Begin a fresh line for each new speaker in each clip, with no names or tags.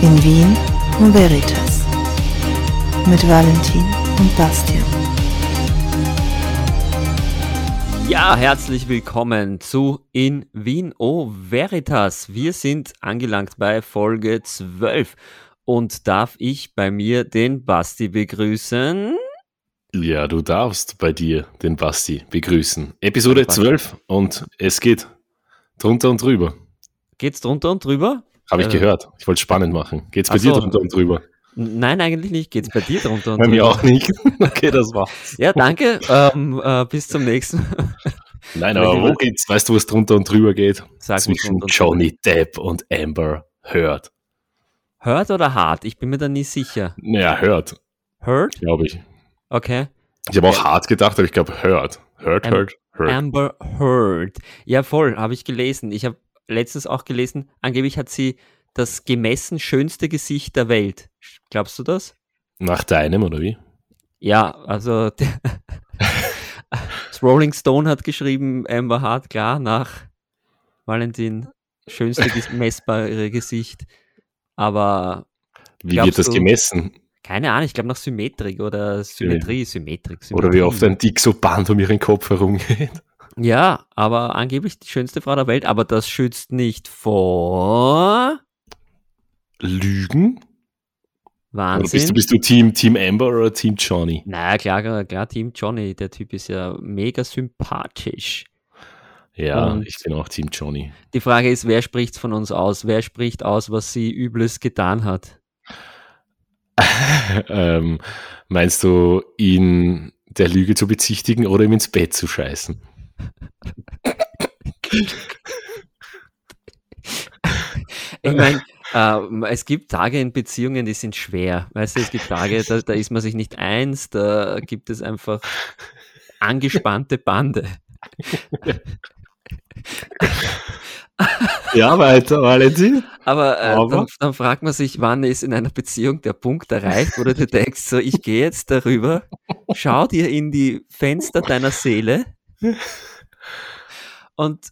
in Wien und bei Veritas mit Valentin und Bastian.
Ja, herzlich willkommen zu In Wien O Veritas. Wir sind angelangt bei Folge 12 und darf ich bei mir den Basti begrüßen?
Ja, du darfst bei dir den Basti begrüßen. Episode 12 und es geht drunter und drüber.
Geht's drunter und drüber?
Habe ich
Äh,
gehört. Ich wollte es spannend machen. Geht's bei
Ach
dir
so.
drunter und drüber?
N- Nein, eigentlich nicht. Geht's bei dir drunter und
Bei mir
drüber?
auch nicht. okay, das war's.
Ja, danke. ähm, äh, bis zum nächsten
Nein, aber wo geht's? Weißt du, was drunter und drüber geht?
Sag mir
Zwischen
drunter und drüber.
Johnny Depp und Amber Heard.
Hört oder hart? Ich bin mir da nie sicher.
Naja, Heard,
Hurt?
glaube ich.
Okay.
Ich habe auch hart gedacht, aber ich glaube Heard. Heard,
Am-
Heard, Heard.
Amber Heard. Ja, voll, habe ich gelesen. Ich habe letztens auch gelesen, angeblich hat sie das gemessen schönste Gesicht der Welt. Glaubst du das?
Nach deinem, oder wie?
Ja, also der- das Rolling Stone hat geschrieben, Amber Heard, klar, nach Valentin, schönste ges- messbare Gesicht. Aber
Wie
Glaubst
wird das
du-
gemessen?
keine Ahnung, ich glaube nach Symmetrik oder Symmetrie, Symmetrik, Symmetrie.
Oder wie oft ein Dixoband um ihren Kopf herumgeht?
Ja, aber angeblich die schönste Frau der Welt, aber das schützt nicht vor
Lügen? Oder
Wahnsinn.
bist du, bist du Team, Team Amber oder Team Johnny?
naja, klar, klar, klar, Team Johnny, der Typ ist ja mega sympathisch.
Ja,
Und-
ich bin auch Team Johnny.
Die Frage ist, wer spricht von uns aus? Wer spricht aus, was sie Übles getan hat?
ähm, meinst du, ihn der Lüge zu bezichtigen oder ihm ins Bett zu scheißen?
Ich meine, äh, es gibt Tage in Beziehungen, die sind schwer. Weißt du, es gibt Tage, da, da ist man sich nicht eins, da gibt es einfach angespannte Bande.
Ja, weiter, Valentin.
Aber, äh,
Aber-
Dann, dann fragt man sich, wann ist in einer Beziehung der Punkt erreicht, wo du dir denkst, so, ich gehe jetzt darüber, schau dir in die Fenster deiner Seele und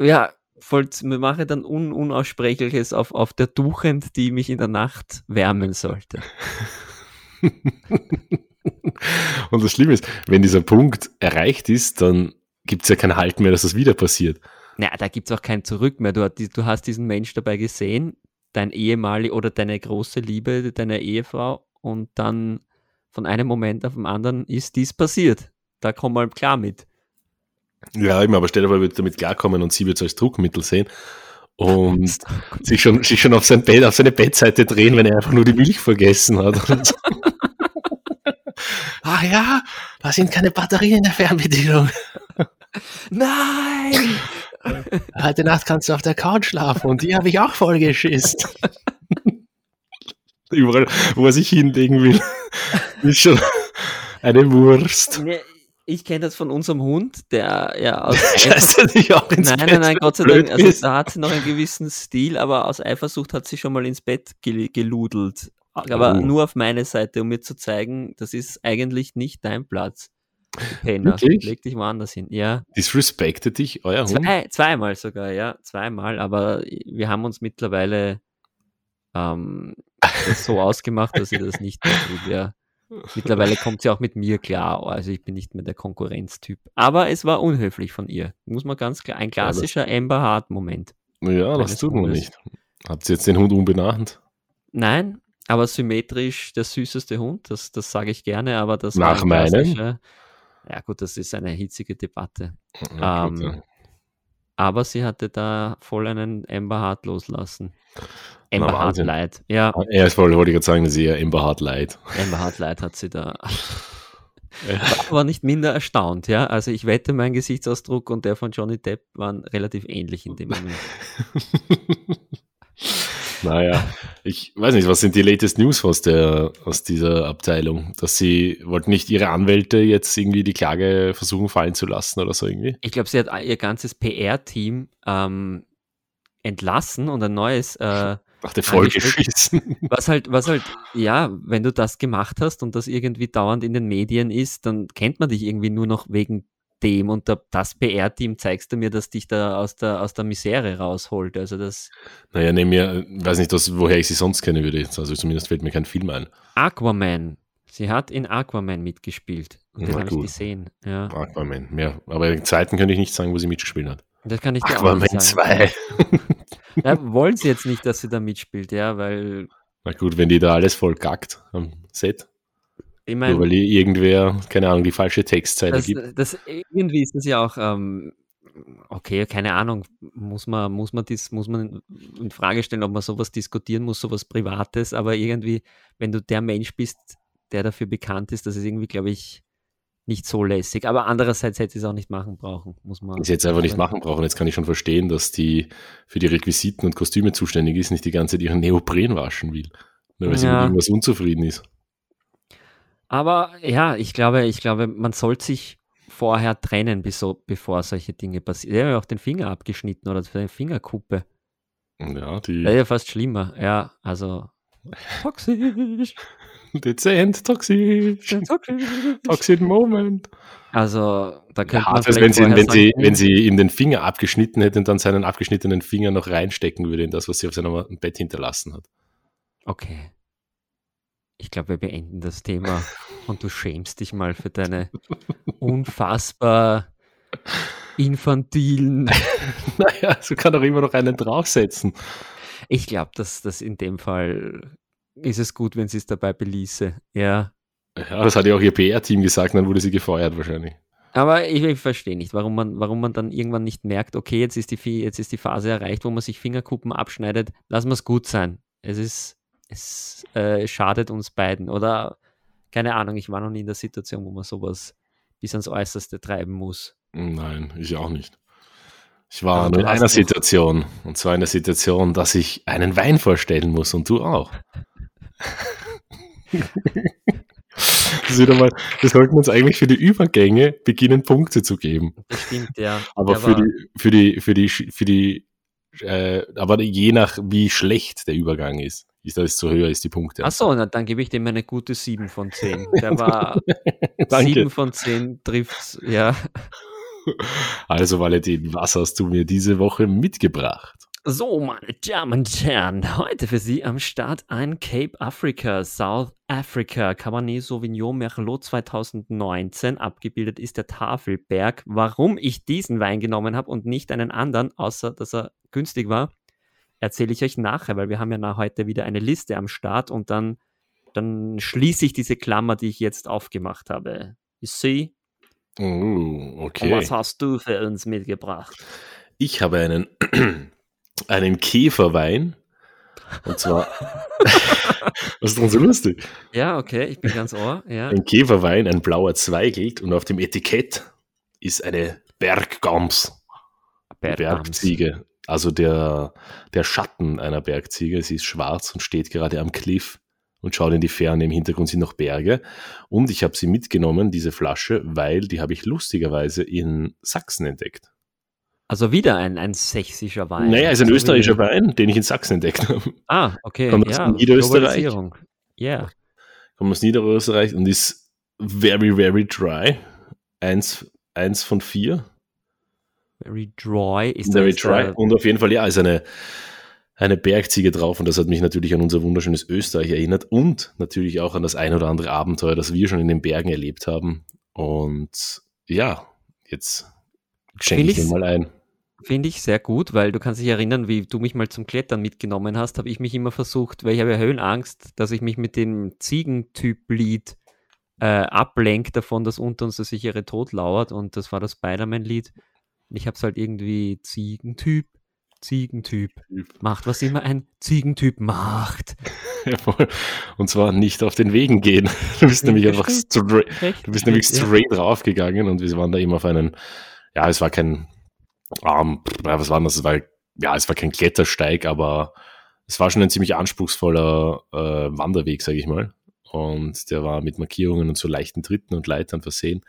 ja, voll, mir mache dann Un Unaussprechliches auf, auf der Duchend, die mich in der Nacht wärmen sollte.
Und das Schlimme ist, wenn dieser Punkt erreicht ist, dann gibt es ja kein Halten mehr, dass das wieder passiert.
Na, da gibt's auch kein Zurück mehr. Du, hat- du hast diesen Mensch dabei gesehen, dein ehemalig oder deine große Liebe, deine Ehefrau, und dann von einem Moment auf den anderen ist dies passiert. Da komm mal klar mit.
Ja, eben, aber stell dir vor, er wird damit klarkommen und sie wird es als Druckmittel sehen und sich schon, sich schon auf, sein Bett, auf seine Bettseite drehen, wenn er einfach nur die Milch vergessen hat. Und so. Ach ja, da sind keine Batterien in der Fernbedienung.
Nein!
Heute Nacht kannst du auf der Couch schlafen und die habe ich auch vollgeschissen. Überall, wo er sich hinlegen will, ist schon eine Wurst.
Nee, Ich kenne das von unserem Hund, der ja aus Eifersucht.
Scheiße, dich auch ins
Nein,
Bett,
nein, nein,
wenn
Gott sei
du blöd
Dank. Also,
bist.
da hat sie noch einen gewissen Stil, aber aus Eifersucht hat sie schon mal ins Bett gel geludelt. Aber
Oh.
nur auf meine Seite, um mir zu zeigen, das ist eigentlich nicht dein Platz. du Penner,
Wirklich?
leg dich woanders hin. Ja,
Disrespected dich, euer Hund?
zwei, zweimal sogar, ja, zweimal. Aber wir haben uns mittlerweile ähm, das so ausgemacht, dass sie das nicht mehr tut. Ja. Mittlerweile kommt sie auch mit mir klar. Also ich bin nicht mehr der Konkurrenztyp. Aber es war unhöflich von ihr. Muss man ganz klar. Ein
das-
klassischer Amber Hart-Moment.
Ja, das
Meines
tut man
Hundes.
nicht. Habt ihr jetzt den Hund umbenannt?
Nein, aber symmetrisch der süßeste Hund. Das, das sage ich gerne, aber das
Nach
ein
meinem?
klassischer- Ja, gut, das ist eine hitzige Debatte.
Ja, gut,
Ähm,
ja.
Aber sie hatte da voll einen Amber Hart loslassen. Amber Hart
Wahnsinn. Ah.
Light. Ja,
ja, ich wollte wollte gerade sagen, dass ihr Amber Hart leid.
Amber Hart Light hat sie da.
Ja.
War aber nicht minder erstaunt, ja. Also ich wette, mein Gesichtsausdruck und der von Johnny Depp waren relativ ähnlich in dem Moment.
naja, ich weiß nicht, was sind die latest News aus, der, aus dieser Abteilung? Dass sie wollten nicht ihre Anwälte jetzt irgendwie die Klage versuchen fallen zu lassen oder so irgendwie?
Ich glaube, sie hat äh, ihr ganzes PR-Team ähm, entlassen und ein neues äh,
Nach der Folge
Angestellte.
schießen.
Was halt, was halt, ja, wenn du das gemacht hast und das irgendwie dauernd in den Medien ist, dann kennt man dich irgendwie nur noch wegen dem und da, das PR-Team zeigst du mir, dass dich da aus der, aus der Misere rausholt. Also das
Naja, nehmen wir, weiß nicht, dass, woher ich sie sonst kennen würde. jetzt. Also zumindest fällt mir kein Film ein.
Aquaman. Sie hat in Aquaman mitgespielt. Und den
Na
habe ich
gut.
gesehen. Ja.
Aquaman, mehr. Aber den zweiten könnte ich nicht sagen, wo sie mitgespielt hat.
Das kann ich dir auch
Aquaman
nicht sagen.
2.
Na, wollen sie jetzt nicht, dass sie da mitspielt, ja, weil
Na gut, wenn die da alles voll kackt am Set,
ich
nur weil
meine,
ihr irgendwer, keine Ahnung, die falsche Textzeile
das, äh,
gibt.
das, irgendwie ist das ja auch, ähm, okay, keine Ahnung, muss man, muss man das, muss man in Frage stellen, ob man sowas diskutieren muss, sowas Privates, aber irgendwie, wenn du der Mensch bist, der dafür bekannt ist, das ist irgendwie, glaube ich, nicht so lässig. Aber andererseits hätte sie es auch nicht machen brauchen, muss man.
Das jetzt einfach nicht machen brauchen. Jetzt kann ich schon verstehen, dass die für die Requisiten und Kostüme zuständig ist, nicht die ganze Zeit ihren Neopren waschen will. Nur weil sie
Ja.
mit irgendwas unzufrieden ist.
Aber ja, ich glaube, ich glaube, man sollte sich vorher trennen, bis so, bevor solche Dinge passieren. Der hat ja auch den Finger abgeschnitten oder seine Fingerkuppe.
Ja,
Das ist
die
ja fast schlimmer. Ja, also toxisch,
dezent, toxisch,
toxisch.
toxic moment.
Also da könnte
Ja,
man
das,
vielleicht
wenn, sie,
vorher
wenn, sie,
sagen,
wenn sie ihm den Finger abgeschnitten hätte und dann seinen abgeschnittenen Finger noch reinstecken würde in das, was sie auf seinem Bett hinterlassen hat.
Okay. Ich glaube, wir beenden das Thema und du schämst dich mal für deine unfassbar infantilen
Naja, so kann auch immer noch einen draufsetzen.
Ich glaube, dass das in dem Fall ist es gut, wenn sie es dabei beließe. Ja.
Ja, das hat ja auch ihr PR-Team gesagt, dann wurde sie gefeuert wahrscheinlich.
Aber ich, ich verstehe nicht, warum man, warum man dann irgendwann nicht merkt, okay, jetzt ist, die, Fi- jetzt ist die Phase erreicht, wo man sich Fingerkuppen abschneidet. Lass mal es gut sein. Es ist, es äh, schadet uns beiden. Oder keine Ahnung, ich war noch nie in der Situation, wo man sowas bis ans Äußerste treiben muss.
Nein, ich auch nicht. Ich war
Aber
nur
Also du
in
hast
einer
doch-
Situation, und zwar in der Situation, dass ich einen Wein vorstellen muss und du auch. das, ist wieder mal, wir sollten uns eigentlich für die Übergänge beginnen, Punkte zu geben.
Das stimmt, ja.
Aber
Der
für
war-
die, für die, für die, für die, äh, aber je nach wie schlecht der Übergang ist, ist das so höher ist die Punkte.
Achso, na, dann gebe ich dem eine gute 7 von 10. Der war
Danke.
7 von 10 trifft, ja.
Also Valentin, was hast du mir diese Woche mitgebracht?
So, meine Damen und Herren, heute für Sie am Start ein Cape Africa, South Africa, Cabernet Sauvignon Merlot 2019. Abgebildet ist der Tafelberg. Warum ich diesen Wein genommen habe und nicht einen anderen, außer dass er günstig war, erzähle ich euch nachher, weil wir haben ja nach heute wieder eine Liste am Start und dann, dann schließe ich diese Klammer, die ich jetzt aufgemacht habe. You see?
Oh,
Und
okay.
Was hast du für uns mitgebracht?
Ich habe einen, einen Käferwein. Und zwar. Was ist denn so lustig?
Ja, okay, ich bin ganz ohr. Ja.
Ein Käferwein, ein blauer Zweigelt und auf dem Etikett ist eine Berggams. Die Bergziege. Also der, der Schatten einer Bergziege. Sie ist schwarz und steht gerade am Cliff und schaut in die Ferne. Im Hintergrund sind noch Berge. Und ich habe sie mitgenommen, diese Flasche, weil die habe ich lustigerweise in Sachsen entdeckt.
Also wieder ein, ein sächsischer Wein.
Naja, ist ein
So
österreichischer
wie-
Wein, den ich in Sachsen entdeckt habe.
Ah, okay.
Kommt aus
ja,
Niederösterreich.
Globalisierung. Ja.
Kommt aus Niederösterreich und ist very, very dry. Eins, eins von vier.
Very dry ist äh,
Very
jetzt der-
dry. Und auf jeden Fall, ja, ist eine, eine Bergziege drauf. Und das hat mich natürlich an unser wunderschönes Österreich erinnert und natürlich auch an das ein oder andere Abenteuer, das wir schon in den Bergen erlebt haben. Und ja, jetzt schenke
Find
ich den
ich's-
mal ein.
Finde ich sehr gut, weil du kannst dich erinnern, wie du mich mal zum Klettern mitgenommen hast, habe ich mich immer versucht, weil ich habe ja Höhenangst, dass ich mich mit dem Ziegentyp-Lied äh, ablenke davon, dass unter uns der sichere Tod lauert und das war das Spider-Man-Lied. Und Ich habe es halt irgendwie Ziegentyp, Ziegentyp, macht was immer ein Ziegentyp macht.
Jawohl. Und zwar nicht auf den Wegen gehen. Du bist nämlich
Ja,
einfach
stimmt.
straight,
Recht
Du bist nämlich
Ja.
straight draufgegangen und wir waren da eben auf einen, ja, es war kein, ähm, pff, ja, was war denn das? Es war, ja, es war kein Klettersteig, aber es war schon ein ziemlich anspruchsvoller äh, Wanderweg, sage ich mal. Und der war mit Markierungen und so leichten Tritten und Leitern versehen.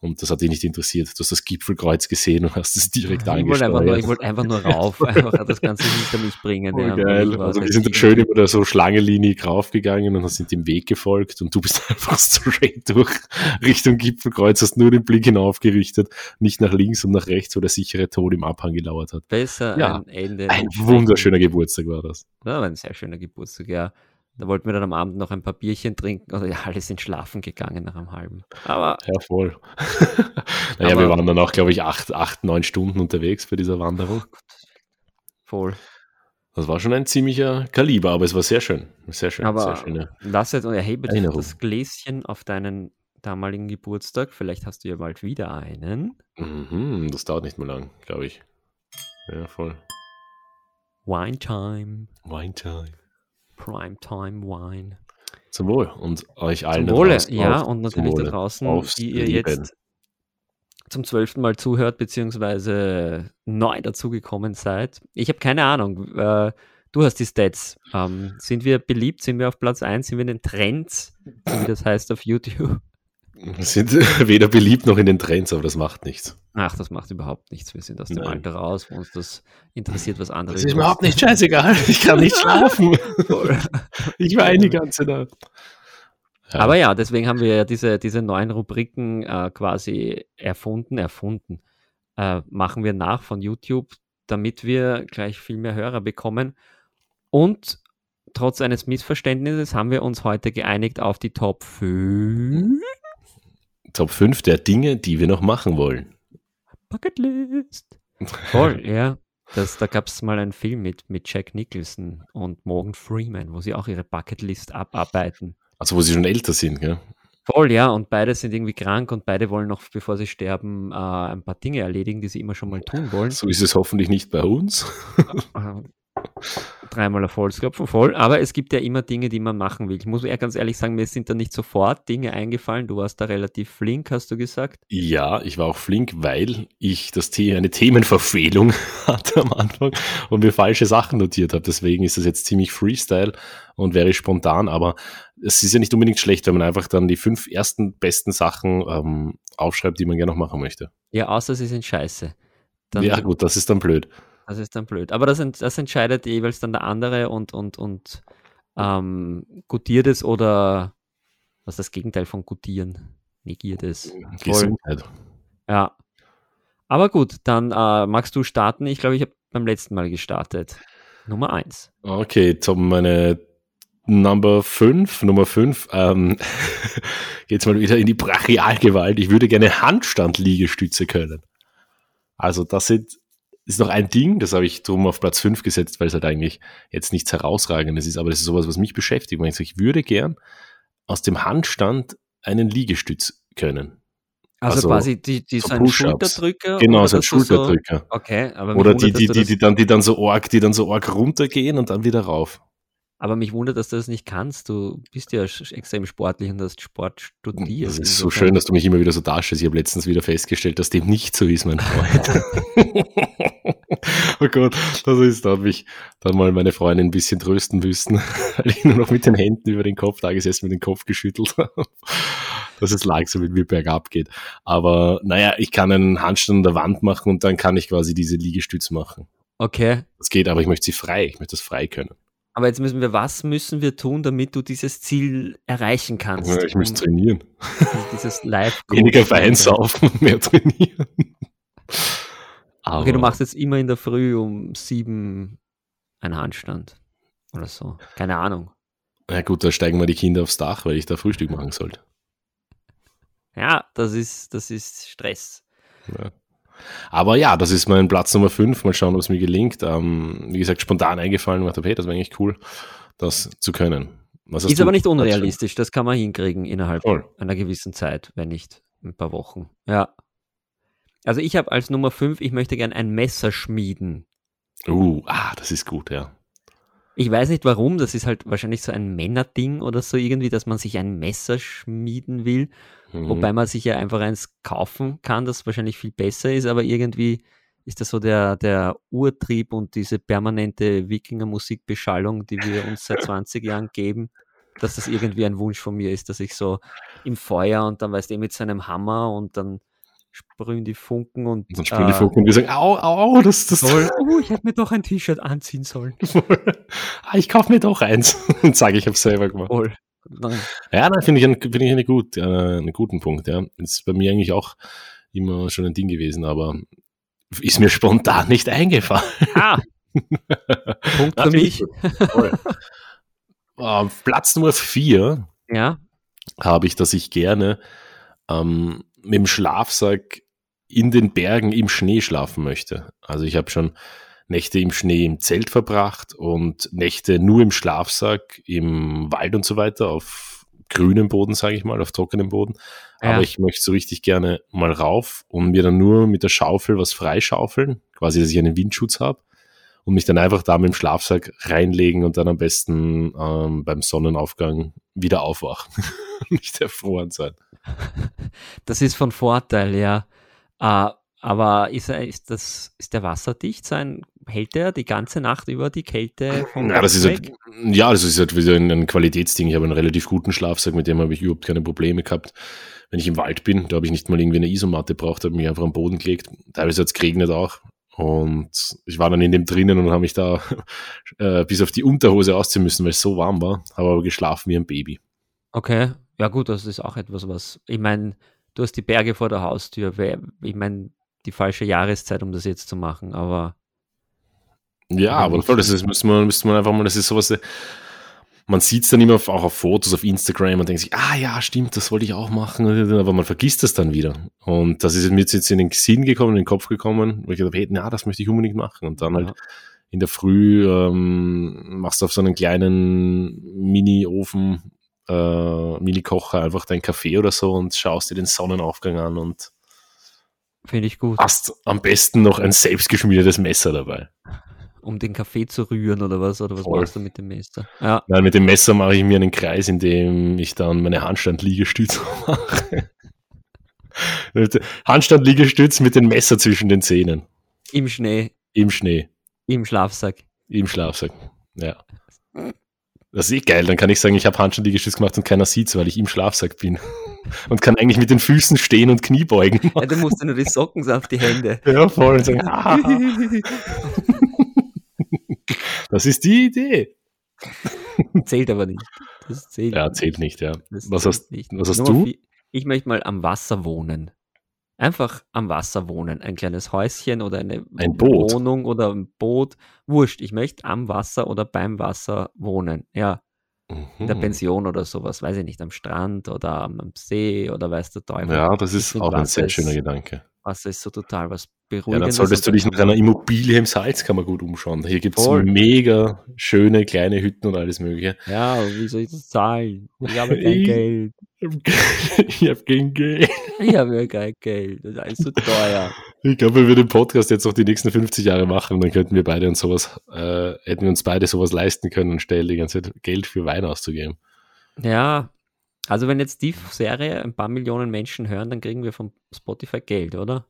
Und das hat dich nicht interessiert. Du hast das Gipfelkreuz gesehen und hast es direkt
ich wollte, einfach
angesteuert.
nur, ich wollte einfach nur rauf, einfach das Ganze hinter mich bringen.
Voll
ja.
geil.
War
Also
sehr
wir sind dann
cool.
schön über der so Schlangenlinie raufgegangen und sind dem Weg gefolgt und du bist einfach straight durch Richtung Gipfelkreuz, hast nur den Blick hinaufgerichtet, nicht nach links und nach rechts, wo der sichere Tod im Abhang gelauert hat.
Besser
Ja,
ein Ende.
Ein
als
wunderschöner Geburtstag war das.
Ja, war ein sehr schöner Geburtstag, ja. Da wollten wir dann am Abend noch ein paar Bierchen trinken. Also ja, alle sind schlafen gegangen nach einem halben. Aber
Ja, voll. naja,
Aber-
wir waren dann auch, glaube ich, acht, acht, neun Stunden unterwegs bei dieser Wanderung.
voll.
Das war schon ein ziemlicher Kaliber, aber es war sehr schön. Sehr schön, sehr
Aber
schön.
lass jetzt und erhebe dich
Erinnerung.
das Gläschen auf deinen damaligen Geburtstag. Vielleicht hast du ja bald wieder einen.
Mhm, das dauert nicht mehr lang, glaube ich. Ja, voll.
Wine Time,
Wine Time.
Prime Time Wine.
Zum Wohl und euch allen.
Zum
da
Wohle,
draußen
ja,
auch.
und
Zum
natürlich da
Wohle.
draußen,
Aufs
die ihr
Leben.
jetzt zum zwölften Mal zuhört, beziehungsweise neu dazugekommen seid. Ich habe keine Ahnung. Äh, du hast die Stats. Ähm, sind wir beliebt? Sind wir auf Platz 1? Sind wir in den Trends? So wie das heißt auf YouTube?
Wir sind weder beliebt noch in den Trends, aber das macht nichts.
Ach, das macht überhaupt nichts. Wir sind aus dem
Nein.
Alter raus, wo uns das interessiert, was andere
Das ist überhaupt nicht scheißegal. Ich kann nicht schlafen. Ich weine die ganze Nacht. Ja.
Aber ja, deswegen haben wir ja diese, diese neuen Rubriken äh, quasi erfunden, erfunden. Äh, machen wir nach von YouTube, damit wir gleich viel mehr Hörer bekommen. Und trotz eines Missverständnisses haben wir uns heute geeinigt auf die Top 5
Top 5 der Dinge, die wir noch machen wollen.
Bucketlist. Voll, ja. Das, da gab es mal einen Film mit, mit Jack Nicholson und Morgan Freeman, wo sie auch ihre Bucketlist abarbeiten.
Also, wo sie schon älter sind, gell?
Voll, ja. Und beide sind irgendwie krank und beide wollen noch, bevor sie sterben, äh, ein paar Dinge erledigen, die sie immer schon mal tun wollen.
So ist es hoffentlich nicht bei uns.
Ähm, Dreimal Erfolgsklopfen voll. Aber es gibt ja immer Dinge, die man machen will. Ich muss eher ganz ehrlich sagen, mir sind da nicht sofort Dinge eingefallen. Du warst da relativ flink, hast du gesagt.
Ja, ich war auch flink, weil ich das The eine Themenverfehlung hatte am Anfang und mir falsche Sachen notiert habe. Deswegen ist das jetzt ziemlich Freestyle und wäre spontan, aber es ist ja nicht unbedingt schlecht, wenn man einfach dann die fünf ersten besten Sachen ähm, aufschreibt, die man gerne noch machen möchte.
Ja, außer sie sind scheiße. Dann,
ja, gut, das ist dann blöd.
Das ist dann blöd. Aber das, ent- das entscheidet jeweils dann der andere und, und, und ähm, gutiert es oder was ist das Gegenteil von gutieren? Negiert es.
Gesundheit.
Ja. Aber gut, dann äh, magst du starten. Ich glaube, ich habe beim letzten Mal gestartet. Nummer 1.
Okay, Tom, meine Number 5, Nummer 5, ähm, geht's mal wieder in die Brachialgewalt. Ich würde gerne Handstand-Liegestütze können. Also das sind, ist noch ein Ding, das habe ich drum auf Platz 5 gesetzt, weil es halt eigentlich jetzt nichts herausragendes ist, aber das ist sowas, was mich beschäftigt. Weil Ich, sage, ich würde gern aus dem Handstand einen Liegestütz können.
Also,
Also,
quasi die, die
so
so ein
Push-ups.
Schulterdrücker.
Genau,
oder
so ein
dass du
Schulterdrücker.
okay, aber mich,
Oder die,
wundert, dass
die,
du
die,
das,
die, dann, die dann so arg, die dann so arg runtergehen und dann wieder rauf.
aber mich wundert, dass du das nicht kannst. Du bist ja sch- extrem sportlich und hast Sport studiert.
Das ist so
Insofern-
schön, dass du mich immer wieder so darstellst. Ich habe letztens wieder festgestellt, dass dem nicht so ist, mein Freund. oh Gott, das ist, da hat mich dann mal meine Freundin ein bisschen trösten müssen, weil ich nur noch mit den Händen über den Kopf da gesessen, mit den Kopf geschüttelt habe, dass es langsam mit mir bergab geht. Aber naja, ich kann einen Handstand an der Wand machen und dann kann ich quasi diese Liegestütz machen.
Okay,
Das geht, aber ich möchte sie frei, ich möchte das frei können.
aber jetzt müssen wir, was müssen wir tun, damit du dieses Ziel erreichen kannst?
Ich möchte
Um
trainieren.
Dieses live
Weniger Wein saufen, mehr trainieren.
Okay, du
Aber-
machst jetzt immer in der Früh um sieben einen Handstand oder so. Keine Ahnung.
Na gut, da steigen mal die Kinder aufs Dach, weil ich da Frühstück machen sollte.
Ja, das ist, das ist Stress.
Ja. Aber ja, das ist mein Platz Nummer 5. Mal schauen, ob es mir gelingt. Ähm, wie gesagt, spontan eingefallen und dachte, hey, das wäre eigentlich cool, das zu können. Was hast
ist
du?
aber nicht
Platz fünf?
unrealistisch. Das kann man hinkriegen innerhalb
Voll.
einer gewissen Zeit, wenn nicht ein paar Wochen. Ja. Also ich habe als Nummer fünf, ich möchte gern ein Messer schmieden.
Uh, ah, das ist gut, ja.
Ich weiß nicht warum, das ist halt wahrscheinlich so ein Männerding oder so irgendwie, dass man sich ein Messer schmieden will.
Mhm.
Wobei man sich ja einfach eins kaufen kann, das wahrscheinlich viel besser ist, aber irgendwie ist das so der, der Urtrieb und diese permanente Wikinger-Musikbeschallung, die wir uns seit 20 Jahren geben, dass das irgendwie ein Wunsch von mir ist, dass ich so im Feuer und dann weißt du eh mit seinem Hammer und dann sprühen die Funken und. äh,
Und dann sprühen die Funken und wir sagen, au, au, au, das, das
Soll, oh, ich hätte mir doch ein T-Shirt anziehen sollen.
ah, ich kaufe mir doch eins und sage, ich habe selber gemacht.
Voll. Nein.
Ja, nein, finde ich, einen- finde ich eine gut, äh, einen guten Punkt. Ja. Ist bei mir eigentlich auch immer schon ein Ding gewesen, aber ist mir spontan nicht eingefallen.
Ah, Punkt für
Finde
mich.
ich gut. Toll. Äh, Platz Nummer vier
Ja,
habe ich, dass ich gerne ähm, mit dem Schlafsack in den Bergen im Schnee schlafen möchte. Also ich habe schon Nächte im Schnee im Zelt verbracht und Nächte nur im Schlafsack, im Wald und so weiter, auf grünem Boden, sage ich mal, auf trockenem Boden.
Ja.
Aber ich möchte so richtig gerne mal rauf und mir dann nur mit der Schaufel was freischaufeln, quasi, dass ich einen Windschutz habe und mich dann einfach da mit dem Schlafsack reinlegen und dann am besten ähm, beim Sonnenaufgang wieder aufwachen. Nicht erfroren sein.
das ist von Vorteil, ja. Äh, aber ist, er, ist, das, ist der wasserdicht sein? Hält er die ganze Nacht über die Kälte vom
Ja, das ist
Weg?
halt, ja, das ist halt wieder ein, ein Qualitätsding. Ich habe einen relativ guten Schlafsack, mit dem habe ich überhaupt keine Probleme gehabt. Wenn ich im Wald bin, da habe ich nicht mal irgendwie eine Isomatte braucht, habe mich einfach am Boden gelegt. Teilweise hat es geregnet auch. Und ich war dann in dem drinnen und habe mich da äh, bis auf die Unterhose ausziehen müssen, weil es so warm war. Habe aber geschlafen wie ein Baby.
Okay, ja gut, das ist auch etwas, was, ich meine, du hast die Berge vor der Haustür, wer- ich meine, die falsche Jahreszeit, um das jetzt zu machen, aber
Ja,
Aber
aber
nicht
voll, das ist, müsste, man, müsste man einfach mal, das ist sowas, äh, man sieht es dann immer auf, auch auf Fotos, auf Instagram und denkt sich, ah ja, stimmt, das wollte ich auch machen, aber man vergisst das dann wieder. Und das ist mir jetzt in den Sinn gekommen, in den Kopf gekommen, wo ich gedacht habe, hey, na, das möchte ich unbedingt machen. Und dann halt
Ja.
in der Früh ähm, machst du auf so einen kleinen Mini-Ofen, äh, Mini-Kocher einfach deinen Kaffee oder so und schaust dir den Sonnenaufgang an und
finde ich gut,
hast am besten noch ein selbstgeschmiedetes Messer dabei.
um den Kaffee zu rühren oder was, oder was
Voll.
machst du mit dem Meister? Ja,
Nein, mit dem Messer mache ich mir einen Kreis, in dem ich dann meine Handstand-Liegestütze mache. Handstand-Liegestütz mit dem Messer zwischen den Zähnen.
im Schnee,
Im Schnee,
im Schlafsack.
im Schlafsack. Ja. Das ist eh geil. Dann kann ich sagen, ich habe Handstand-Liegestütz gemacht und keiner sieht's, weil ich im Schlafsack bin. Und kann eigentlich mit den Füßen stehen und Knie beugen.
Ja, du musst dir nur die Socken auf die Hände.
Ja, voll. Und sagen, "Ah, das ist die Idee.
zählt aber nicht. Das zählt,
Ja, zählt nicht, ja.
das
Was
zählt
hast,
nicht.
was hast
Nummer
du?
vier- Ich möchte mal am Wasser wohnen. Einfach am Wasser wohnen. Ein kleines Häuschen oder eine
Ein Boot.
Wohnung oder ein Boot. Wurscht. Ich möchte am Wasser oder beim Wasser wohnen. Ja, in der
Mhm.
Pension oder sowas. Weiß ich nicht. Am Strand oder am, am See oder weiß der Teufel.
Ja, das
Ich
ist
find
auch ein
Wasser
sehr
ist-
schöner Gedanke.
Wasser ist so total was
Ja,
Beruhigendes.
dann solltest du
und
dich nach einer Immobilie im Salzkammer gut umschauen. Hier gibt es
Voll.
mega schöne kleine Hütten und alles Mögliche.
Ja, wie soll ich das zahlen? Ich habe kein
Ich-
Geld.
Ich habe kein Geld.
Ich habe ja kein Geld. Das ist alles so teuer.
Ich glaube, wenn wir den Podcast jetzt noch die nächsten 50 Jahre machen, dann könnten wir beide uns sowas, äh, hätten wir uns beide sowas leisten können, anstelle die ganze Zeit Geld für Wein auszugeben.
Ja, also wenn jetzt die Serie ein paar Millionen Menschen hören, dann kriegen wir von Spotify Geld, oder?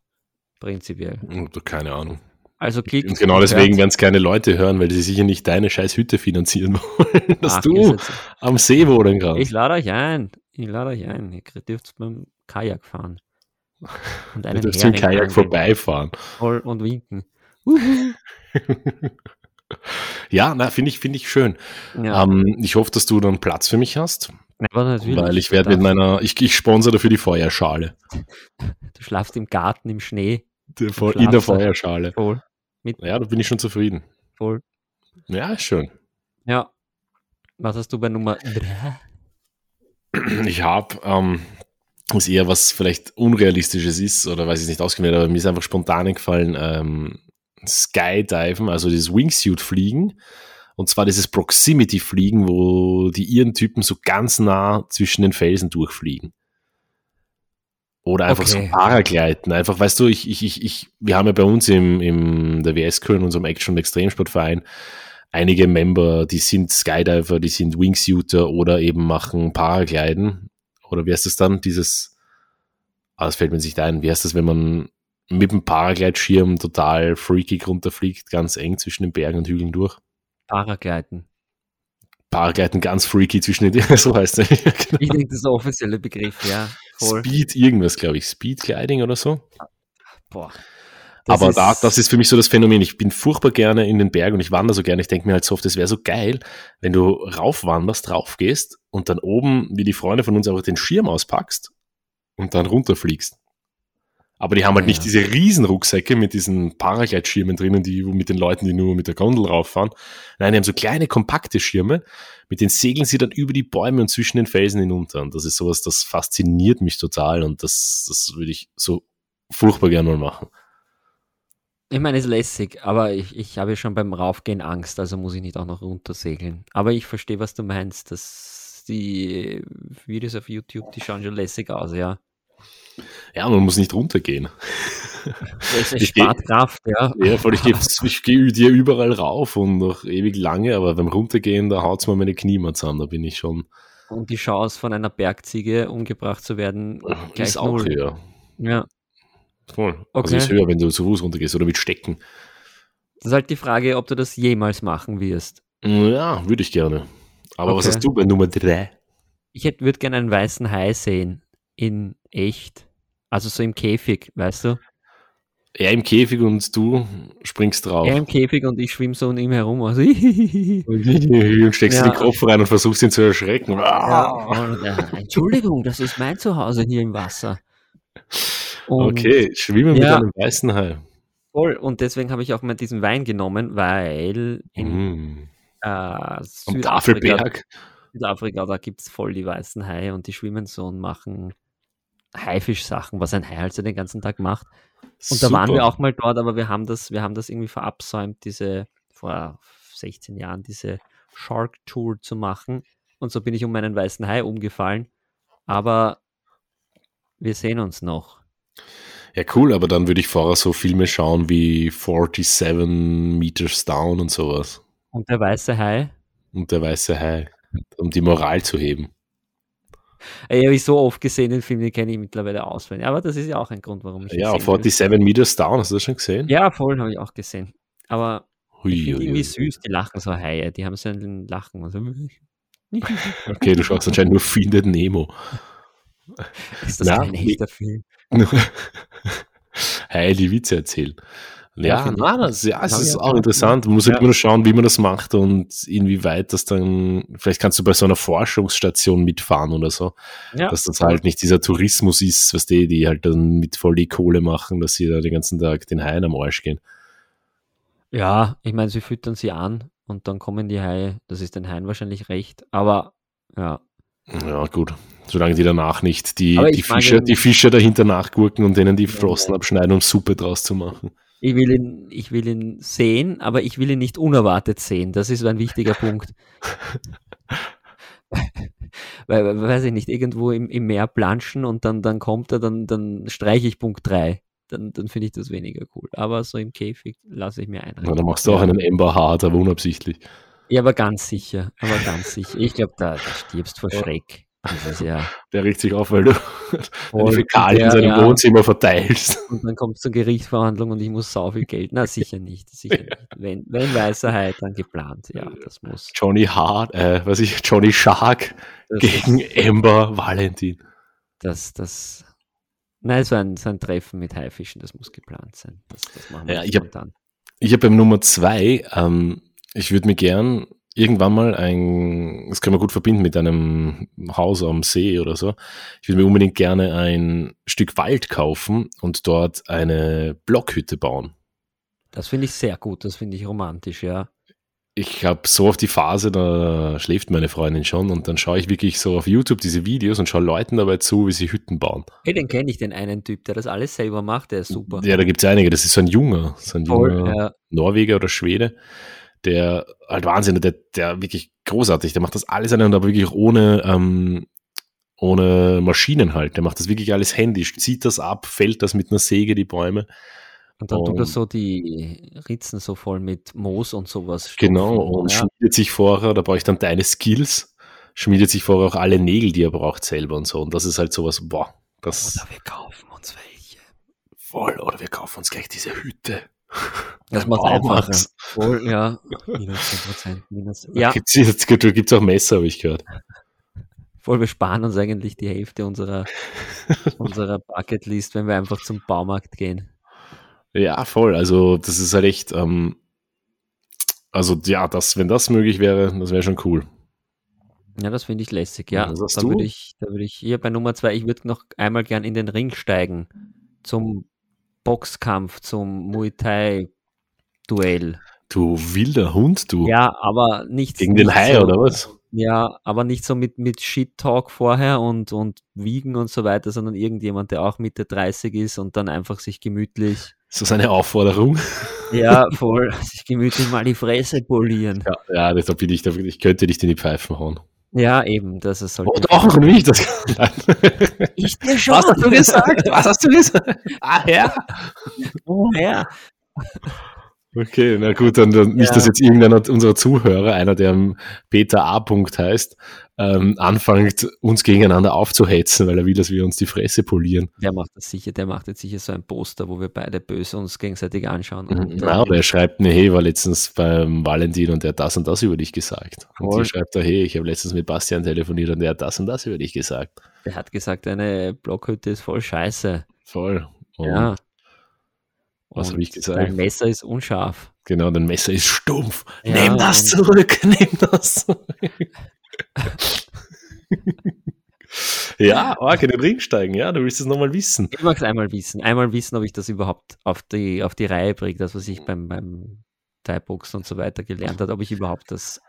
Prinzipiell.
Hm, du, Keine Ahnung.
Also klickt.
Und genau deswegen werden es keine Leute hören, weil sie sicher nicht deine scheiß Hütte finanzieren wollen, dass
Ach, ihr
du
seid so-
am See wohnen kannst.
Ich lade euch ein. Ich lade euch ein. Ihr dürft beim Kajak fahren. Und
Du
einen
darfst im
Hering
Kajak
angeln.
vorbeifahren.
Voll und winken. Uhu.
Ja, na, finde ich, finde ich schön.
Ja,
Ähm, ich hoffe, dass du dann Platz für mich hast.
aber natürlich.
Weil ich werde mit
du, darfst-
meiner, ich, ich sponsor dafür die Feuerschale.
du schlafst im Garten im Schnee.
Die Fe- in der
Schlafsack.
Feuerschale.
Voll.
Ja, da bin ich schon zufrieden.
Voll.
Ja, ist schön.
Ja. Was hast du bei Nummer 3?
Ich habe, ähm, was eher was vielleicht Unrealistisches ist, oder weiß ich nicht ausgewählt, aber mir ist einfach spontan eingefallen, ähm, Skydiven, also dieses Wingsuit-Fliegen. Und zwar dieses Proximity-Fliegen, wo die ihren Typen so ganz nah zwischen den Felsen durchfliegen. Oder einfach
Okay.
so Paragleiten. Einfach, weißt du, ich, ich, ich, ich, wir haben ja bei uns im, im der WS Köln, unserem Action- und Extremsportverein, einige Member, die sind Skydiver, die sind Wingsuiter oder eben machen Paragliden. Oder wie heißt das dann? Dieses, ah, das fällt mir jetzt nicht ein, wie heißt das, wenn man mit dem Paragleitschirm total freakig runterfliegt, ganz eng zwischen den Bergen und Hügeln durch?
Paragleiten.
Paragleiten ganz freaky zwischen den, so heißt es. genau.
Ich denke, das ist der offizielle Begriff, ja. Voll.
Speed irgendwas, glaube ich. Speedgliding oder so.
Boah. Das
Aber
ist-
da, das ist für mich so das Phänomen. Ich bin furchtbar gerne in den Bergen und ich wandere so gerne. Ich denke mir halt so oft, es wäre so geil, wenn du raufwanderst, raufgehst und dann oben, wie die Freunde von uns, einfach den Schirm auspackst und dann runterfliegst. Aber die haben halt
Ja.
nicht diese riesen Rucksäcke mit diesen Paragleitschirmen drinnen, die wo mit den Leuten, die nur mit der Gondel rauffahren. Nein, die haben so kleine, kompakte Schirme, mit denen segeln sie dann über die Bäume und zwischen den Felsen hinunter. Und das ist sowas, das fasziniert mich total und das, das würde ich so furchtbar gerne mal machen.
Ich meine, es ist lässig, aber ich, ich habe ja schon beim Raufgehen Angst, also muss ich nicht auch noch runtersegeln. Aber ich verstehe, was du meinst, dass die Videos auf YouTube, die schauen schon lässig aus, ja.
Ja, man muss nicht runtergehen.
Es
Ich
spart Kraft, ja.
Ja, voll, ich gehe
Also.
ich geh dir überall rauf und noch ewig lange, aber beim Runtergehen, da haut's mir meine Knie mal zusammen, da bin ich schon
Und die Chance, von einer Bergziege umgebracht zu werden, gleich
ist auch
null.
höher.
Ja.
Voll. Also
Okay.
ist höher, wenn du zu Fuß runtergehst oder mit Stecken.
Das ist halt die Frage, ob du das jemals machen wirst.
Ja, würde ich gerne. Aber was
Okay.
hast du bei Nummer drei?
Ich würde gerne einen weißen Hai sehen. In echt. Also so im Käfig, weißt du?
Er im Käfig und du springst drauf.
Er im Käfig und ich schwimme so um ihm herum. Also,
und steckst in
Ja.
den Kopf rein und versuchst ihn zu erschrecken. Ah.
Ja, und, äh, Entschuldigung, das ist mein Zuhause hier im Wasser. Und,
Okay, schwimmen mit
Ja.
einem weißen Hai.
Voll. Und deswegen habe ich auch mal diesen Wein genommen, weil in
Mm.
äh,
Am
Südafrika,
Tafelberg.
Südafrika da gibt es voll die weißen Haie und die schwimmen so und machen Haifischsachen, was ein Hai halt so den ganzen Tag macht. Und da waren wir auch mal dort, aber wir haben das, wir haben das irgendwie verabsäumt, diese vor 16 Jahren diese Shark Tour zu machen. Und so bin ich um meinen weißen Hai umgefallen. Aber wir sehen uns noch.
Ja, cool, aber dann würde ich vorher so Filme schauen wie 47 Meters Down und sowas.
Und der weiße Hai,
Und der weiße Hai, um die Moral zu heben.
ey, den habe äh, ich so oft gesehen, den Film, den kenne ich mittlerweile auswendig. Aber das ist ja auch ein Grund, warum ich ihn
Ja,
sehen will.
47 Meters Down, hast du das schon gesehen?
Ja, voll habe ich auch gesehen. Aber ich
Hui,
finde
hui,
irgendwie
hui.
süß, die lachen so Haie, die haben so einen Lachen. Also,
Okay, du schaust anscheinend nur Findet Nemo.
ist das
Na,
kein
wie-
echter Film?
Hai, die Witze erzählen.
Ja,
Ja,
finde ich
na, das, ja, es
Hab ich
ist
auch
auch
schon
interessant. Man muss halt
Ja.
immer nur schauen, wie man das macht und inwieweit das dann, vielleicht kannst du bei so einer Forschungsstation mitfahren oder so.
Ja.
dass das halt nicht dieser Tourismus ist, was die, die halt dann mit voll die Kohle machen, dass sie da den ganzen Tag den Haien am Arsch gehen.
Ja, ich meine, sie füttern sie an und dann kommen die Haie. Das ist den Haien wahrscheinlich recht. Aber ja,
Ja, gut. Solange die danach nicht die,
Aber
die,
ich mag
Fischer,
eben-
die Fischer dahinter nachgurken und denen die Flossen abschneiden, um Suppe draus zu machen.
ich will ihn, ich will ihn sehen, aber ich will ihn nicht unerwartet sehen. Das ist so ein wichtiger Punkt. Weil, weil- weiß ich nicht, irgendwo im, im Meer planschen und dann, dann kommt er, dann, dann streiche ich Punkt 3. Dann, dann finde ich das weniger cool. Aber so im Käfig lasse ich mir
Ja,
einreden.
dann machst du auch einen Ember Hart, aber unabsichtlich.
Ja, aber ganz sicher. Aber ganz sicher. Ich glaube, da, da stirbst vor Schreck. Das ist ja
Der regt sich auf, weil du die
voll- Oh,
Fäkalien
Ja,
in seinem
ja.
Wohnzimmer verteilst.
Und dann kommt es zur Gerichtsverhandlung und ich muss sau viel Geld. Na, sicher nicht. Sicher nicht. Wenn, wenn Weißerheit, dann geplant. Ja, das muss.
Johnny Hart, äh, was ich, Johnny Shark
Das,
gegen Ember Valentin.
das, das, nein, so ein, so ein Treffen mit Haifischen, das muss geplant sein. Das, das machen wir
Ja,
nicht
ich hab-
spontan.
Ich habe beim Nummer zwei, ähm, ich würde mir gern irgendwann mal ein, das können wir gut verbinden mit einem Haus am See oder so. Ich würde mir unbedingt gerne ein Stück Wald kaufen und dort eine Blockhütte bauen.
Das finde ich sehr gut. Das finde ich romantisch, ja.
Ich habe so auf die Phase, da schläft meine Freundin schon und dann schaue ich wirklich so auf YouTube diese Videos und schaue Leuten dabei zu, wie sie Hütten bauen.
Hey, den kenne ich, den einen Typ, der das alles selber macht. Der ist super.
Ja, da gibt es einige. Das ist so ein junger, so ein
Voll,
junger
ja.
Norweger oder Schwede, der halt Wahnsinn, der, der wirklich großartig, der macht das alles allein, aber wirklich ohne, ähm, ohne Maschinen halt. Der macht das wirklich alles händisch, zieht das ab, fällt das mit einer Säge die Bäume.
Und dann tut er
Und-
so die Ritzen so voll mit Moos und sowas. stopfen.
Genau, und
ja.
schmiedet sich vorher, da braucht dann deine Skills, schmiedet sich vorher auch alle Nägel, die er braucht, selber und so. Und das ist halt sowas, boah, das
Oder wir kaufen uns welche.
voll, oder wir kaufen uns gleich diese Hütte.
Das macht einfacher. Wohl, ja, minus 10% minus.
Ja.
Ja,
Gibt's, jetzt gibt es auch Messer, habe ich gehört.
voll, wir sparen uns eigentlich die Hälfte unserer, unserer Bucketlist, wenn wir einfach zum Baumarkt gehen.
Ja, voll. Also, das ist halt echt. Ähm, also, ja, das, wenn das möglich wäre, das wäre schon cool.
Ja, das finde ich lässig, ja.
Was hast
da
du?
würde ich, da würde ich hier bei Nummer zwei, ich würde noch einmal gern in den Ring steigen. Zum Boxkampf, zum Muay Thai-Duell.
Du wilder Hund, du.
Ja, aber nichts.
Gegen den
nicht
Hai,
so,
oder was?
Ja, aber nicht so mit, mit Shit-Talk vorher und, und Wiegen und so weiter, sondern irgendjemand, der auch Mitte 30 ist und dann einfach sich gemütlich,
Ist das eine Aufforderung?
ja, voll, Also sich gemütlich mal die Fresse polieren.
Ja, ja das, da bin ich, da bin ich könnte dich in die Pfeifen hauen.
Ja, eben, das ist halt.
Oh, doch, und mich, das Nein.
ich dir schon.
Was hast du gesagt? Was hast du gesagt? Ah, ja.
Ja,
Okay, na gut, dann, dann nicht,
Ja.
dass jetzt irgendeiner unserer Zuhörer, einer, der am Peter A. Punkt heißt, ähm, anfängt, uns gegeneinander aufzuhetzen, weil er will, dass wir uns die Fresse polieren.
der macht das sicher, der macht jetzt sicher so ein Poster, wo wir beide böse uns gegenseitig anschauen.
Mhm.
Und,
Na,
äh,
oder er schreibt mir, hey, war letztens beim Valentin und der hat das und das über dich gesagt. Und
Voll.
hier schreibt er, hey, ich habe letztens mit Bastian telefoniert und der hat das und das über dich gesagt.
der hat gesagt, eine Blockhütte ist voll scheiße.
Voll. Und
ja.
Oh. was
Und
hab ich gesagt?
Dein Messer ist unscharf.
Genau, dein Messer ist stumpf.
Ja,
nimm das
und-
zurück, nimm das zurück. ja, arg in den Ring steigen, ja, du willst es nochmal wissen.
Ich mag es einmal wissen. Einmal wissen, ob ich das überhaupt auf die, auf die Reihe bringe, das, was
Mhm.
ich beim, beim Thai-Boxen und so weiter gelernt habe, ob ich überhaupt das.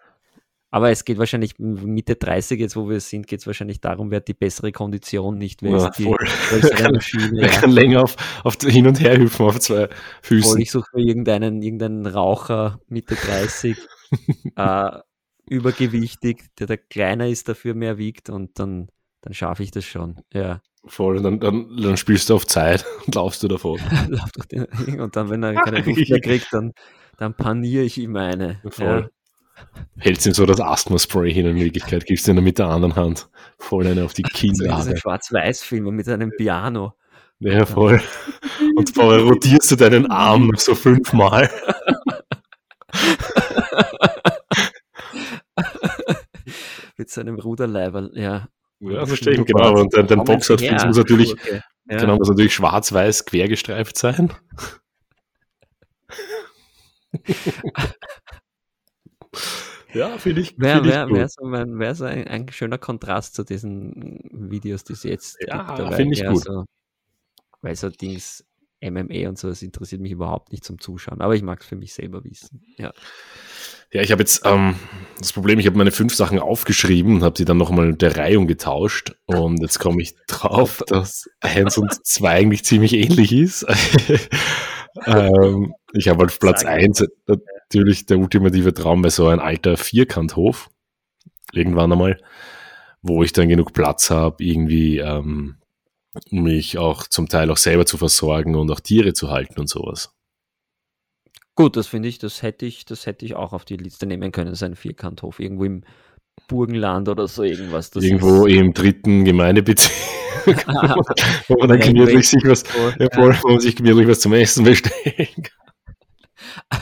Aber es geht wahrscheinlich Mitte 30, jetzt wo wir sind, geht es wahrscheinlich darum, wer hat die bessere Kondition, nicht wer
Ja,
ist die
voll.
größere Maschine.
Er
Ja.
kann länger auf, auf hin und her hüpfen auf zwei
Voll,
Füßen.
ich suche mir irgendeinen, irgendeinen Raucher Mitte 30, äh, übergewichtig, der, der kleiner ist, dafür mehr wiegt und dann, dann schaffe ich das schon. Ja.
Voll, dann, dann, dann spielst du auf Zeit und laufst du davon.
Lauf durch den Ring und dann, wenn er keine Luft mehr kriegt, dann, dann paniere ich ihm eine.
Voll. Hältst ihm so das Asthma-Spray hin in Wirklichkeit, gibst ihm dann mit der anderen Hand voll eine auf
Ja.
die
Das ist
Kinnlade.
ein Schwarz-Weiß-Film mit einem Piano.
Ja, voll. Und vorher rotierst du deinen Arm noch so fünfmal.
Mit seinem Ruderleiberl, ja.
Ja,
Das
verstehe ich,
stimmt,
genau.
aber-
Und dein, dein
Kommen Sie
Boxoutfit
her,
muss natürlich
Schurke. Ja.
Genau, muss natürlich schwarz-weiß quergestreift sein. ja, finde ich,
Wäre
find ich
wär,
gut.
wär so, mein, wär so ein, ein schöner Kontrast zu diesen Videos, die es jetzt
Ja,
dabei.
finde ich
Ja,
gut.
So, weil so Dings, MMA und so, das interessiert mich überhaupt nicht zum Zuschauen. Aber ich mag es für mich selber wissen. Ja.
Ja, ich habe jetzt ähm, das Problem, ich habe meine fünf Sachen aufgeschrieben und habe sie dann nochmal der Reihung getauscht. Und jetzt komme ich drauf, dass eins und zwei eigentlich ziemlich ähnlich ist. ähm, ich habe auf Platz
Sag.
eins natürlich der ultimative Traum bei so ein alter Vierkanthof. Irgendwann einmal, wo ich dann genug Platz habe, irgendwie ähm, mich auch zum Teil auch selber zu versorgen und auch Tiere zu halten und sowas.
Gut, das finde ich, das hätte ich, das hätte ich auch auf die Liste nehmen können, so ein Vierkanthof, irgendwo im Burgenland oder so irgendwas. Das
Irgendwo
ist, Ah,
im dritten Gemeindebezirk, wo man dann
Wenn-
gemütlich sich was,
so,
ja, voll, wo man sich gemütlich was zum Essen bestellen kann.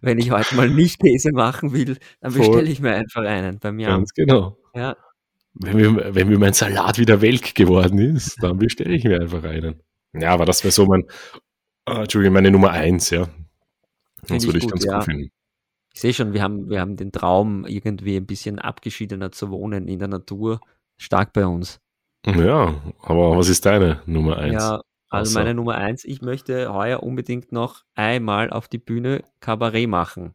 wenn ich heute mal nicht Käse machen will, dann
Voll.
bestelle ich mir einfach einen bei mir. am-
Ganz genau.
Ja,
Wenn mir, wenn mir mein Salat wieder welk geworden ist, dann bestelle ich mir einfach einen. Ja, aber das wäre so mein, ah, Entschuldigung, meine Nummer eins, ja.
Find
Das
ich
würde ich
gut,
ganz
ja.
gut finden.
ich sehe schon, wir haben, wir haben den Traum, irgendwie ein bisschen abgeschiedener zu wohnen in der Natur, stark bei uns.
Ja, aber was ist deine Nummer eins?
Ja, also
Außer-
meine Nummer eins, ich möchte heuer unbedingt noch einmal auf die Bühne Kabarett machen.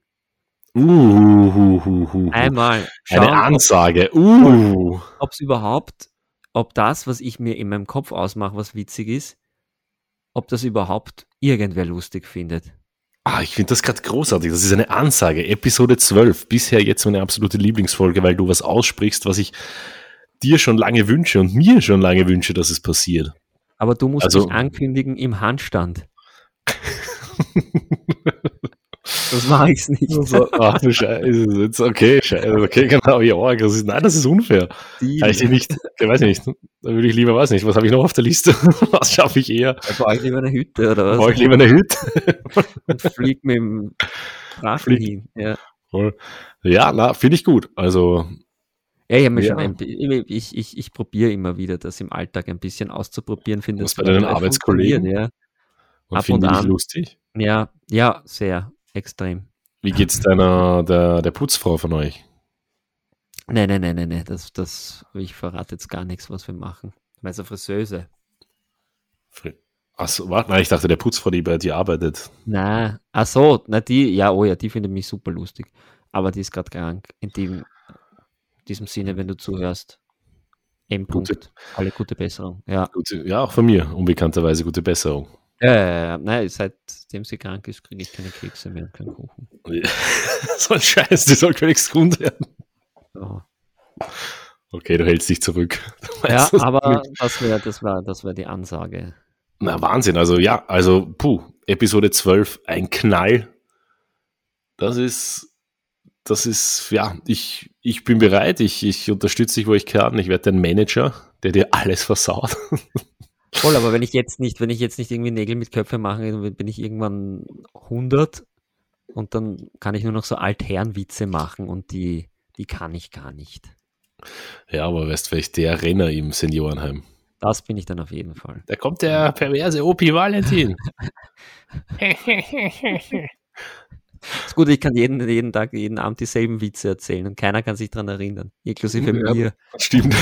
Uhuhuhuhu.
Einmal.
Eine
Schauen, ob-
Ansage. Uh.
ob es überhaupt, ob das, was ich mir in meinem Kopf ausmache, was witzig ist, ob das überhaupt irgendwer lustig findet.
Ah, ich finde das gerade großartig. Das ist eine Ansage. Episode 12. Bisher jetzt meine absolute Lieblingsfolge, weil du was aussprichst, was ich dir schon lange wünsche und mir schon lange wünsche, dass es passiert.
Aber du musst
Also-
dich ankündigen im Handstand. Das mache ich nicht.
So, ach du Scheiße, jetzt, okay, Scheiße, okay, genau, ja, das ist, nein, das ist unfair.
Die-
Kann ich den nicht, ich weiß nicht, da würde ich lieber, weiß nicht, was habe ich noch auf der Liste? Was schaffe ich eher?
Da baue ich lieber eine Hütte oder
Brauche ich
was?
lieber eine Hütte?
Und flieg mit dem Drachen
Flieg.
hin. Ja,
Voll. Ja, na, finde ich gut. Also,
ja ich, hab mir schon
Ja.
ein, bi- ich, ich, ich probiere immer wieder, das im Alltag ein bisschen auszuprobieren. Finde
Was
es
bei deinen
total
Arbeitskollegen?
funktioniert,
man
Ab
findet
und
dich
an.
lustig.
Ja. ja, ja, sehr extrem.
Wie geht's deiner, der, der Putzfrau von euch?
Nein, nein, nein, nein, nein. Das, das, ich verrate jetzt gar nichts, was wir machen. Meinst du Friseuse?
Achso, warte, nein, ich dachte, der Putzfrau, die bei dir arbeitet.
Na, ach so, na die, ja, oh ja, die findet mich super lustig. Aber die ist gerade krank. In dem, diesem Sinne, wenn du zuhörst. M.
Gute-
Punkt. Alle gute Besserung. Ja.
Gute, ja, auch von mir, unbekannterweise gute Besserung.
Ja, ja, ja. Nein, seitdem sie krank ist, kriege ich keine Kekse mehr und keinen Kuchen.
so ein Scheiß, die soll nichts gesund werden.
So.
Okay, du hältst dich zurück. Du
Ja,
weißt, was
aber
du-
das wäre das war, das wär die Ansage.
Na, Wahnsinn. Also, ja, also, puh, Episode 12, ein Knall. Das ist. Das ist, ja, ich, ich bin bereit, ich, ich unterstütze dich, wo ich kann. Ich werde dein Manager, der dir alles versaut.
Voll, aber wenn ich jetzt nicht, wenn ich jetzt nicht irgendwie Nägel mit Köpfe mache, dann bin ich irgendwann 100 und dann kann ich nur noch so Altherrenwitze machen und die, die kann ich gar nicht.
Ja, aber wärst vielleicht der Renner im Seniorenheim.
Das bin ich dann auf jeden Fall.
Da kommt der perverse Opi Valentin.
Ist gut, ich kann jeden, jeden Tag, jeden Abend dieselben Witze erzählen und keiner kann sich daran erinnern, inklusive
Ja.
mir.
Stimmt.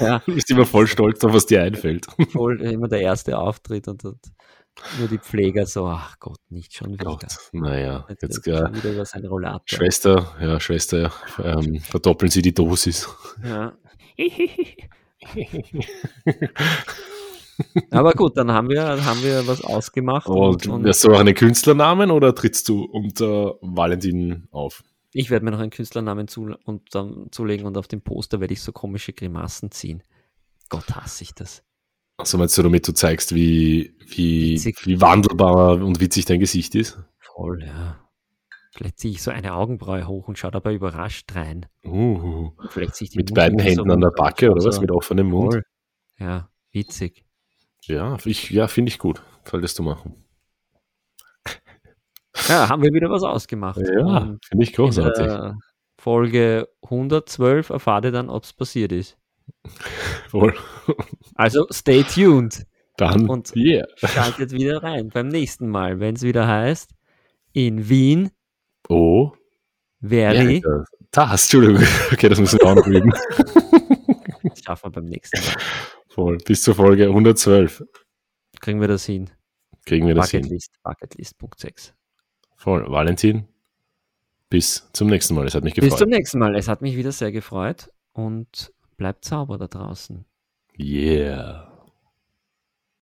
Ja.
Du bist immer voll stolz auf, was dir einfällt.
Voll immer der erste Auftritt und, und nur die Pfleger so, ach Gott, nicht schon wieder.
Gott, naja,
Jetzt,
jetzt
jetzt
äh,
schon wieder über seinen Rollator.
Schwester, ja, Schwester, ja, ähm, verdoppeln Sie die Dosis.
Ja. Aber gut, dann haben wir, dann haben wir was ausgemacht.
Und,
und, und
hast du auch einen Künstlernamen oder trittst du unter Valentin auf?
ich werde mir noch einen Künstlernamen zu, und, dann zulegen und auf dem Poster werde ich so komische Grimassen ziehen. Gott hasse ich das.
Also meinst du, damit du zeigst, wie, wie,
Witzig.
wie wandelbar und witzig dein Gesicht ist?
Voll, ja. Vielleicht ziehe ich so eine Augenbraue hoch und schaue dabei überrascht rein.
Uh,
Vielleicht ziehe ich die
mit beiden
Mundwinkel so
Händen an der
runter und
Backe oder
schau
was?
so-
Mit offenem Mund?
Voll. Ja, witzig.
Ja, ich, ja finde ich gut. Solltest du machen.
Ja, haben wir wieder was ausgemacht.
Ja,
Und
finde ich
in
großartig.
der Folge 112 erfahrt ihr dann, ob es passiert ist.
Voll.
Also stay tuned.
Dann,
Und-
yeah.
Schaltet wieder rein beim nächsten Mal, wenn es wieder heißt, in Wien
Oh, ja,
wäre,
Alter. das, Entschuldigung. Okay, das müssen wir auch noch üben.
das schaffen wir beim nächsten Mal.
Voll. Bis zur Folge 112
Kriegen wir das hin.
kriegen wir das hin.
Bucketlist, Bucketlist, Punkt 6.
Voll. Valentin, bis zum nächsten Mal. Es hat mich gefreut.
Bis zum nächsten Mal. Es hat mich wieder sehr gefreut und bleibt sauber da draußen.
Yeah.